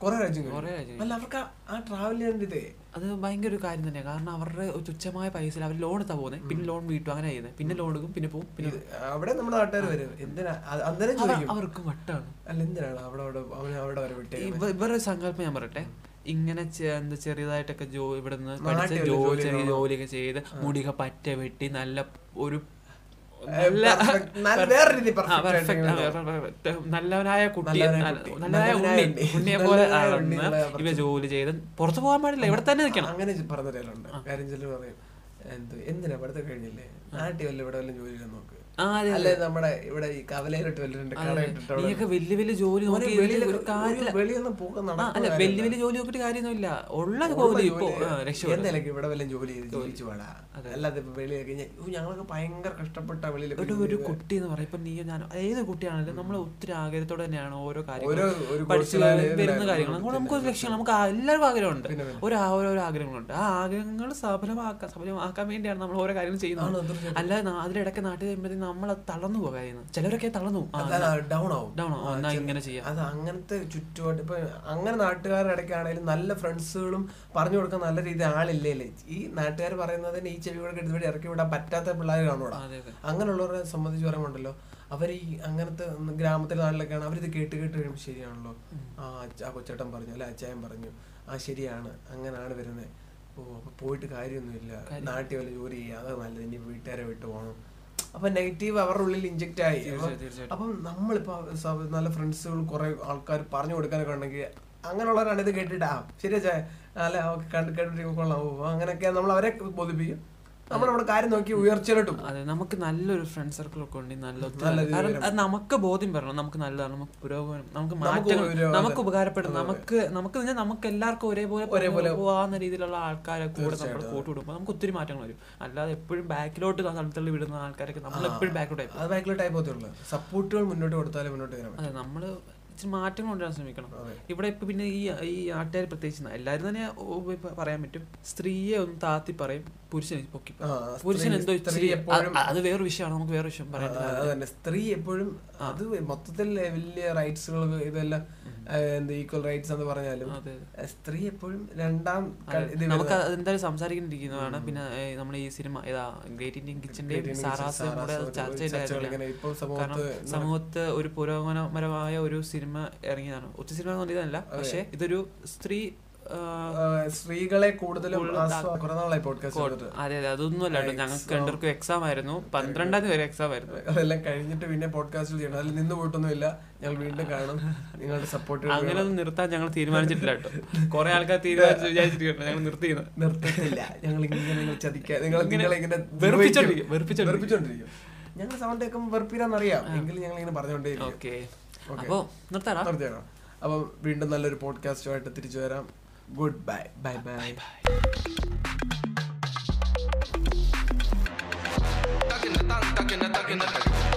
കുറെ രാജ്യങ്ങൾ
കുറെ രാജ്യം
അല്ല അവർക്ക് ആ- ആ ട്രാവൽ ചെയ്യാൻ ഇതേ
അത് ഭയങ്കര ഒരു കാര്യം തന്നെയാണ് കാരണം അവരുടെ ഒരു തുച്ഛമായ പൈസയിൽ അവർ ലോൺ എടുത്താ പോകുന്നത് പിന്നെ ലോൺ വീട്ടും അങ്ങനെ ചെയ്യുന്നത് പിന്നെ ലോൺ എടുക്കും പിന്നെ പോകും പിന്നെ
ഇത് അവിടെ നമ്മുടെ നാട്ടുകാർ വരും എന്തിനാ അത് അന്നേരം
അവ-
ചോദിക്കും
അവർക്കും വട്ടാണ്
അല്ല എന്തിനാണ് അവിടെ അവിടെ അവനെ അവിടെ വരെ വിട്ടേ
ഇവ- ഇവരുടെ സങ്കല്പം ഞാൻ പറയട്ടെ ഇങ്ങനെ ചെ- എന്താ ചെറിയതായിട്ടൊക്കെ ജോ ഇവിടെ നിന്ന് പഠിച്ച
നാട്ടിൽ ഒരു
ജോ
ജോലി
ചെറിയ
ചെയ്യണം.
ജോലിയൊക്കെ ചെയ്ത് മുടിയൊക്കെ പറ്റ വെട്ടി നല്ല ഒരു
perfect, നല്ല വേറെ രീതി
ആ,
perfect
perfect,
ആയിട്ട്
ആ, perfect. നല്ലവനായ കുട്ടി
നല്ലവനായ
നല്ല-
കുട്ടി.
നല്ലവനായ
നല്ലവനായ
ഉണ്ണി
ഉണ്ണി.
ഉണ്ണിയെ പോലെ
നല്ലവനായ
ആണെന്ന്
ഉണ്ണിയെ പോലെ
ഇവ ജോലി ചെയ്ത് പുറത്തു പോകാൻ പാടില്ല ഇവിടെ തന്നെ നിൽക്കണം
അങ്ങനെ പറഞ്ഞ ചിലരുണ്ട് കാര്യം ചില പറയും എന്ത് എന്തിനാ പഠിത്തം കഴിഞ്ഞില്ലേ നാട്ടിൽ വല്ല ഇവിടെ വല്ല ജോലി ചെയ്യാൻ നോക്ക്
ആ, അതെ,
അല്ലെ നമ്മുടെ ഇവിടെ ഈ കവലയിലിട്ട് വല്ലുണ്ട് കട ഇട്ടിട്ട് അവിടെ
നീയൊക്കെ വലിയ വലിയ ജോലി
ഒരു
നോക്കി
വെളിയിലൊക്കെ-
ഒരു കാര്യമില്ല
ഒരു വെളിയിലൊന്നും പോക്ക്
ആ,
നടക്കുന്ന
അല്ല വലിയ
കാര്യമില്ല.
വലിയ ജോലി നോക്കിയിട്ട് കാര്യമൊന്നുമില്ല ഉള്ള
ഉള്ള
ജോലി ഇപ്പോ
ജോലി-
ആ, രക്ഷപ്പെടും
എന്തായാലും ഇവിടെ വല്ല ജോലി ചെയ്ത് ജോലിച്ചു വേടാ അല്ലാതെ ഇപ്പൊ വെളിയിലൊക്കെ ഞ- ഓ, ഞങ്ങളൊക്കെ ഭയങ്കര കഷ്ടപ്പെട്ട വെളിയിലൊക്കെ
ഒരു ഒരു കുട്ടി എന്ന് പറയും ഇപ്പൊ നീ ഞാൻ ഏത് കുട്ടിയാണെങ്കിലും നമ്മൾ ഒത്തിരി ആഗ്രഹത്തോടെ തന്നെയാണ് ഓരോ
ഓരോ
കാര്യങ്ങളും
ഒരു
പഠിച്ചു
course ലായാലും
വരുന്ന
ഇതിലായാലും
കാര്യങ്ങൾ
നമുക്ക്
നമുക്ക് ഒരു ലക്ഷ്യങ്ങൾ നമുക്ക് ആ- എല്ലാവർക്കും ആഗ്രഹമുണ്ട് ഒരു ആ- ഓരോരോ ആഗ്രഹങ്ങളുണ്ട് ആ ആഗ്രഹങ്ങൾ സഫലമാക്കാൻ സഫലമാക്കാൻ വേണ്ടിയാണ് നമ്മൾ ഓരോ കാര്യങ്ങൾ
ആണോ,
ചെയ്യുന്നത്
തീർച്ചയായിട്ടും.
അല്ലാതെ നാ- അതിലിടയ്ക്ക് നാട്ടിൽ വരുമ്പോഴത്തേക്കും നമ്മൾ അത് തളർന്നു പോകാം ചെയ്യുന്നത് ചിലരൊക്കെ തളർന്നു പോകും. ആ,
ഡൗൺ ആവും
ഡൗൺ ആവും. എന്നാ ഇങ്ങനെ ചെയ്യാം
അത് അങ്ങനത്തെ ചുറ്റുപാട് ഇപ്പൊ അങ്ങനെ നാട്ടുകാരുടെ ഇടയ്ക്കാണെങ്കിലും നല്ല ഫ്രണ്ട്സുകളും പറഞ്ഞു കൊടുക്കാൻ നല്ല രീതി ആളില്ലേ ഈ നാട്ടുകാർ പറയുന്നതിന് ഈ ചെവി കൂടെ എടുത്തുപോയി ഇറക്കി വിടാൻ പറ്റാത്ത പിള്ളേർ കാണൂടാ
അതെ അതെ
അങ്ങനെയുള്ളവരെ സംബന്ധിച്ച് പറയുമ്പോണ്ടല്ലോ അവർ ഈ അങ്ങനത്തെ ഒന്ന് ഗ്രാമത്തിലെ നാട്ടിലൊക്കെയാണ് അവരിത് കേട്ട് കേട്ട് കഴിയുമ്പോൾ ശരിയാണല്ലോ ആ അച്ഛ- ആ കൊച്ചേട്ടൻ പറഞ്ഞു അല്ലെ അച്ചായൻ പറഞ്ഞു ആ ശരിയാണ് അങ്ങനെയാണ് വരുന്നത് ഓ അപ്പൊ പോയിട്ട് കാര്യമൊന്നുമില്ല നാട്ടിൽ വല്ല ജോലി ചെയ്യുക അത് നല്ലത് ഇനി വീട്ടുകാരെ വിട്ടു പോകണം അപ്പൊ നെഗറ്റീവ് അവരുടെ ഉള്ളിൽ ഇഞ്ചെക്ട് ആയി അപ്പൊ-
തീർച്ചയായിട്ടും.
അപ്പം നമ്മളിപ്പോ സ- നല്ല ഫ്രണ്ട്സുകൾ കുറെ ആൾക്കാർ പറഞ്ഞു കൊടുക്കാനൊക്കെ ഉണ്ടെങ്കിൽ അങ്ങനെയുള്ളവരാണ് ഇത് കേട്ടിട്ട് ആ ശരി അച്ഛാ അല്ല ഓക്കെ കണ്ട് കേട്ടിട്ട് കൊള്ളാം ഓ അങ്ങനെയൊക്കെയാണ് നമ്മൾ അവരെ ബോധിപ്പിക്കും നമ്മൾ നമ്മുടെ കാര്യം നോക്കി ഉയർച്ചയിലോട്ട് പോകും
അതെ നമുക്ക് നല്ലൊരു ഫ്രണ്ട് സർക്കിൾ ഒക്കെ ഉണ്ടെങ്കിൽ നല്ല ഒത്തിരി
നല്ല
നല്ല- കാരണം അത് നമുക്ക് ബോധ്യം വരണം നമുക്ക് നല്ലതാണ് നമുക്ക് പുരോഗമനം നമുക്ക്
ഒരു-
മാറ്റങ്ങൾ നമുക്ക് ഉപകാരപ്പെടും നമുക്ക് നമുക്ക് എന്ന് പറഞ്ഞാൽ നമുക്ക് എല്ലാവർക്കും ഒരേപോലെ
ഒരേപോലെ
പോവാന്ന രീതിയിലുള്ള ആൾക്കാരെ കൂടെ നമ്മൾ കൂട്ടുകൂടുമ്പോൾ നമുക്ക് ഒത്തിരി മാറ്റങ്ങൾ വരും അല്ലാതെ എപ്പോഴും ബാക്കിലോട്ട് തള്ളി വിടുന്ന ആൾക്കാരൊക്കെ നമ്മൾ എപ്പോഴും ബാക്കിലോട്ട് ആയി പോകും.
അത് ബാക്കിലോട്ട് ആയി പോകത്തുള്ളൂ സപ്പോർട്ടുകൾ മുന്നോട്ട് കൊടുത്താലേ മുന്നോട്ട് വരാൻ പറ്റും
അതെ നമ്മൾ ഇച്ചിരി മാറ്റങ്ങൾ കൊണ്ടുവരാൻ ശ്രമിക്കണം
അതെ.
ഇവിടെ ഇപ്പൊ പിന്നെ ഈ ഈ നാട്ടുകാർ പ്രത്യേകിച്ച് എല്ലാവരും തന്നെ ഓ, ഇപ്പൊ പറയാൻ പറ്റും സ്ത്രീയെ ഒന്ന് താത്തി പറയും പുരുഷനെ പൊക്കി
ആ,
പുരുഷൻ എന്തോ
സ്ത്രീ- സ്ത്രീ
ഇച്ചിരി
എപ്പോഴും
അത് വേറെ വിഷയമാണ് നമുക്ക് വേറെ വിഷയം പറയാം
ആ, അത് തന്നെ സ്ത്രീ എപ്പോഴും അത് മൊത്തത്തിൽ വലിയ റൈറ്റ്സുകൾ ഇതെല്ലാം ആ, എന്ത് ഈക്വൽ റൈറ്റ്സ് എന്ന് പറഞ്ഞാലും
അതെ
ആ, സ്ത്രീ എപ്പോഴും രണ്ടാം ക- ഇത്
നമുക്ക് അത് എന്തായാലും സംസാരിക്കേണ്ടിയിരിക്കുന്നതാണ് പിന്നെ നമ്മൾ ഈ സിനിമ ഏതാ ഗ്രേറ്റ് ഇന്ത്യൻ കിച്ചന്റെയും സാറാസും കൂടെ അത് ചർച്ച ചെയ്ത
ചർച്ചകൾ
കാര്യമാണ്
ഇങ്ങനെ ഇപ്പോൾ
കാരണം
സമൂഹത്ത്
സമൂഹത്ത് ഒരു പുരോഗമനപരമായ ഒരു സിനിമ ഇറങ്ങിയതാണ് ഒത്തിരി സിനിമ ഇതല്ല പക്ഷെ ഇതൊരു സ്ത്രീ ആ,
ആ, സ്ത്രീകളെ കൂടുതലും ആസ്വാ- കുറെ നാളായി പോഡ്കാസ്റ്റ്
കോൾ- അതെ അതെ അതൊന്നും അല്ല കേട്ടോ. ഞങ്ങൾക്ക് രണ്ടുപേർക്കും എക്സാം ആയിരുന്നു പന്ത്രണ്ടാം തീയതി വരെ എക്സാം ആയിരുന്നു
അതെല്ലാം കഴിഞ്ഞിട്ട് പിന്നെ പോഡ്കാസ്റ്റ് ചെയ്യണം അതിൽ നിന്ന് പോയിട്ടൊന്നുമില്ല ഞങ്ങൾ വീണ്ടും കാണും നിങ്ങളുടെ സപ്പോർട്ട്
അങ്ങനെ ഒന്നും നിർത്താൻ ഞങ്ങൾ തീരുമാനിച്ചിട്ടില്ല കേട്ടോ കുറെ ആൾക്കാർ തീരുമാനിച്ചു വിചാരിച്ചിട്ട് ഞങ്ങൾ നിർത്തിയത്
നിർത്തത്തില്ല ഞങ്ങൾ ഇങ്ങനെ നിങ്ങൾ ചതിക്കാൻ നിങ്ങൾ നിങ്ങളെ ഇങ്ങനെ
വെറുപ്പിച്ചോണ്ടിരിക്കും,
ദ്രോഹിക്കും.
വെറുപ്പിച്ചോണ്ടിരിക്കും.
വെറുപ്പിച്ചോണ്ടിരിക്കും ഞങ്ങൾ സൗണ്ട് കേൾക്കുമ്പോൾ വെറുപ്പിരാന്നറിയാം എങ്കിലും ഞങ്ങൾ ഇങ്ങനെ പറഞ്ഞുകൊണ്ടേ
ഓക്കെ അപ്പോ നിർത്താടാ
നിർത്തിയേക്കണം അപ്പം വീണ്ടും നല്ലൊരു പോഡ്കാസ്റ്റുമായിട്ട് തിരിച്ചു വരാം good bye bye bye
Tucking the thong, tucking the thong, tucking the thong.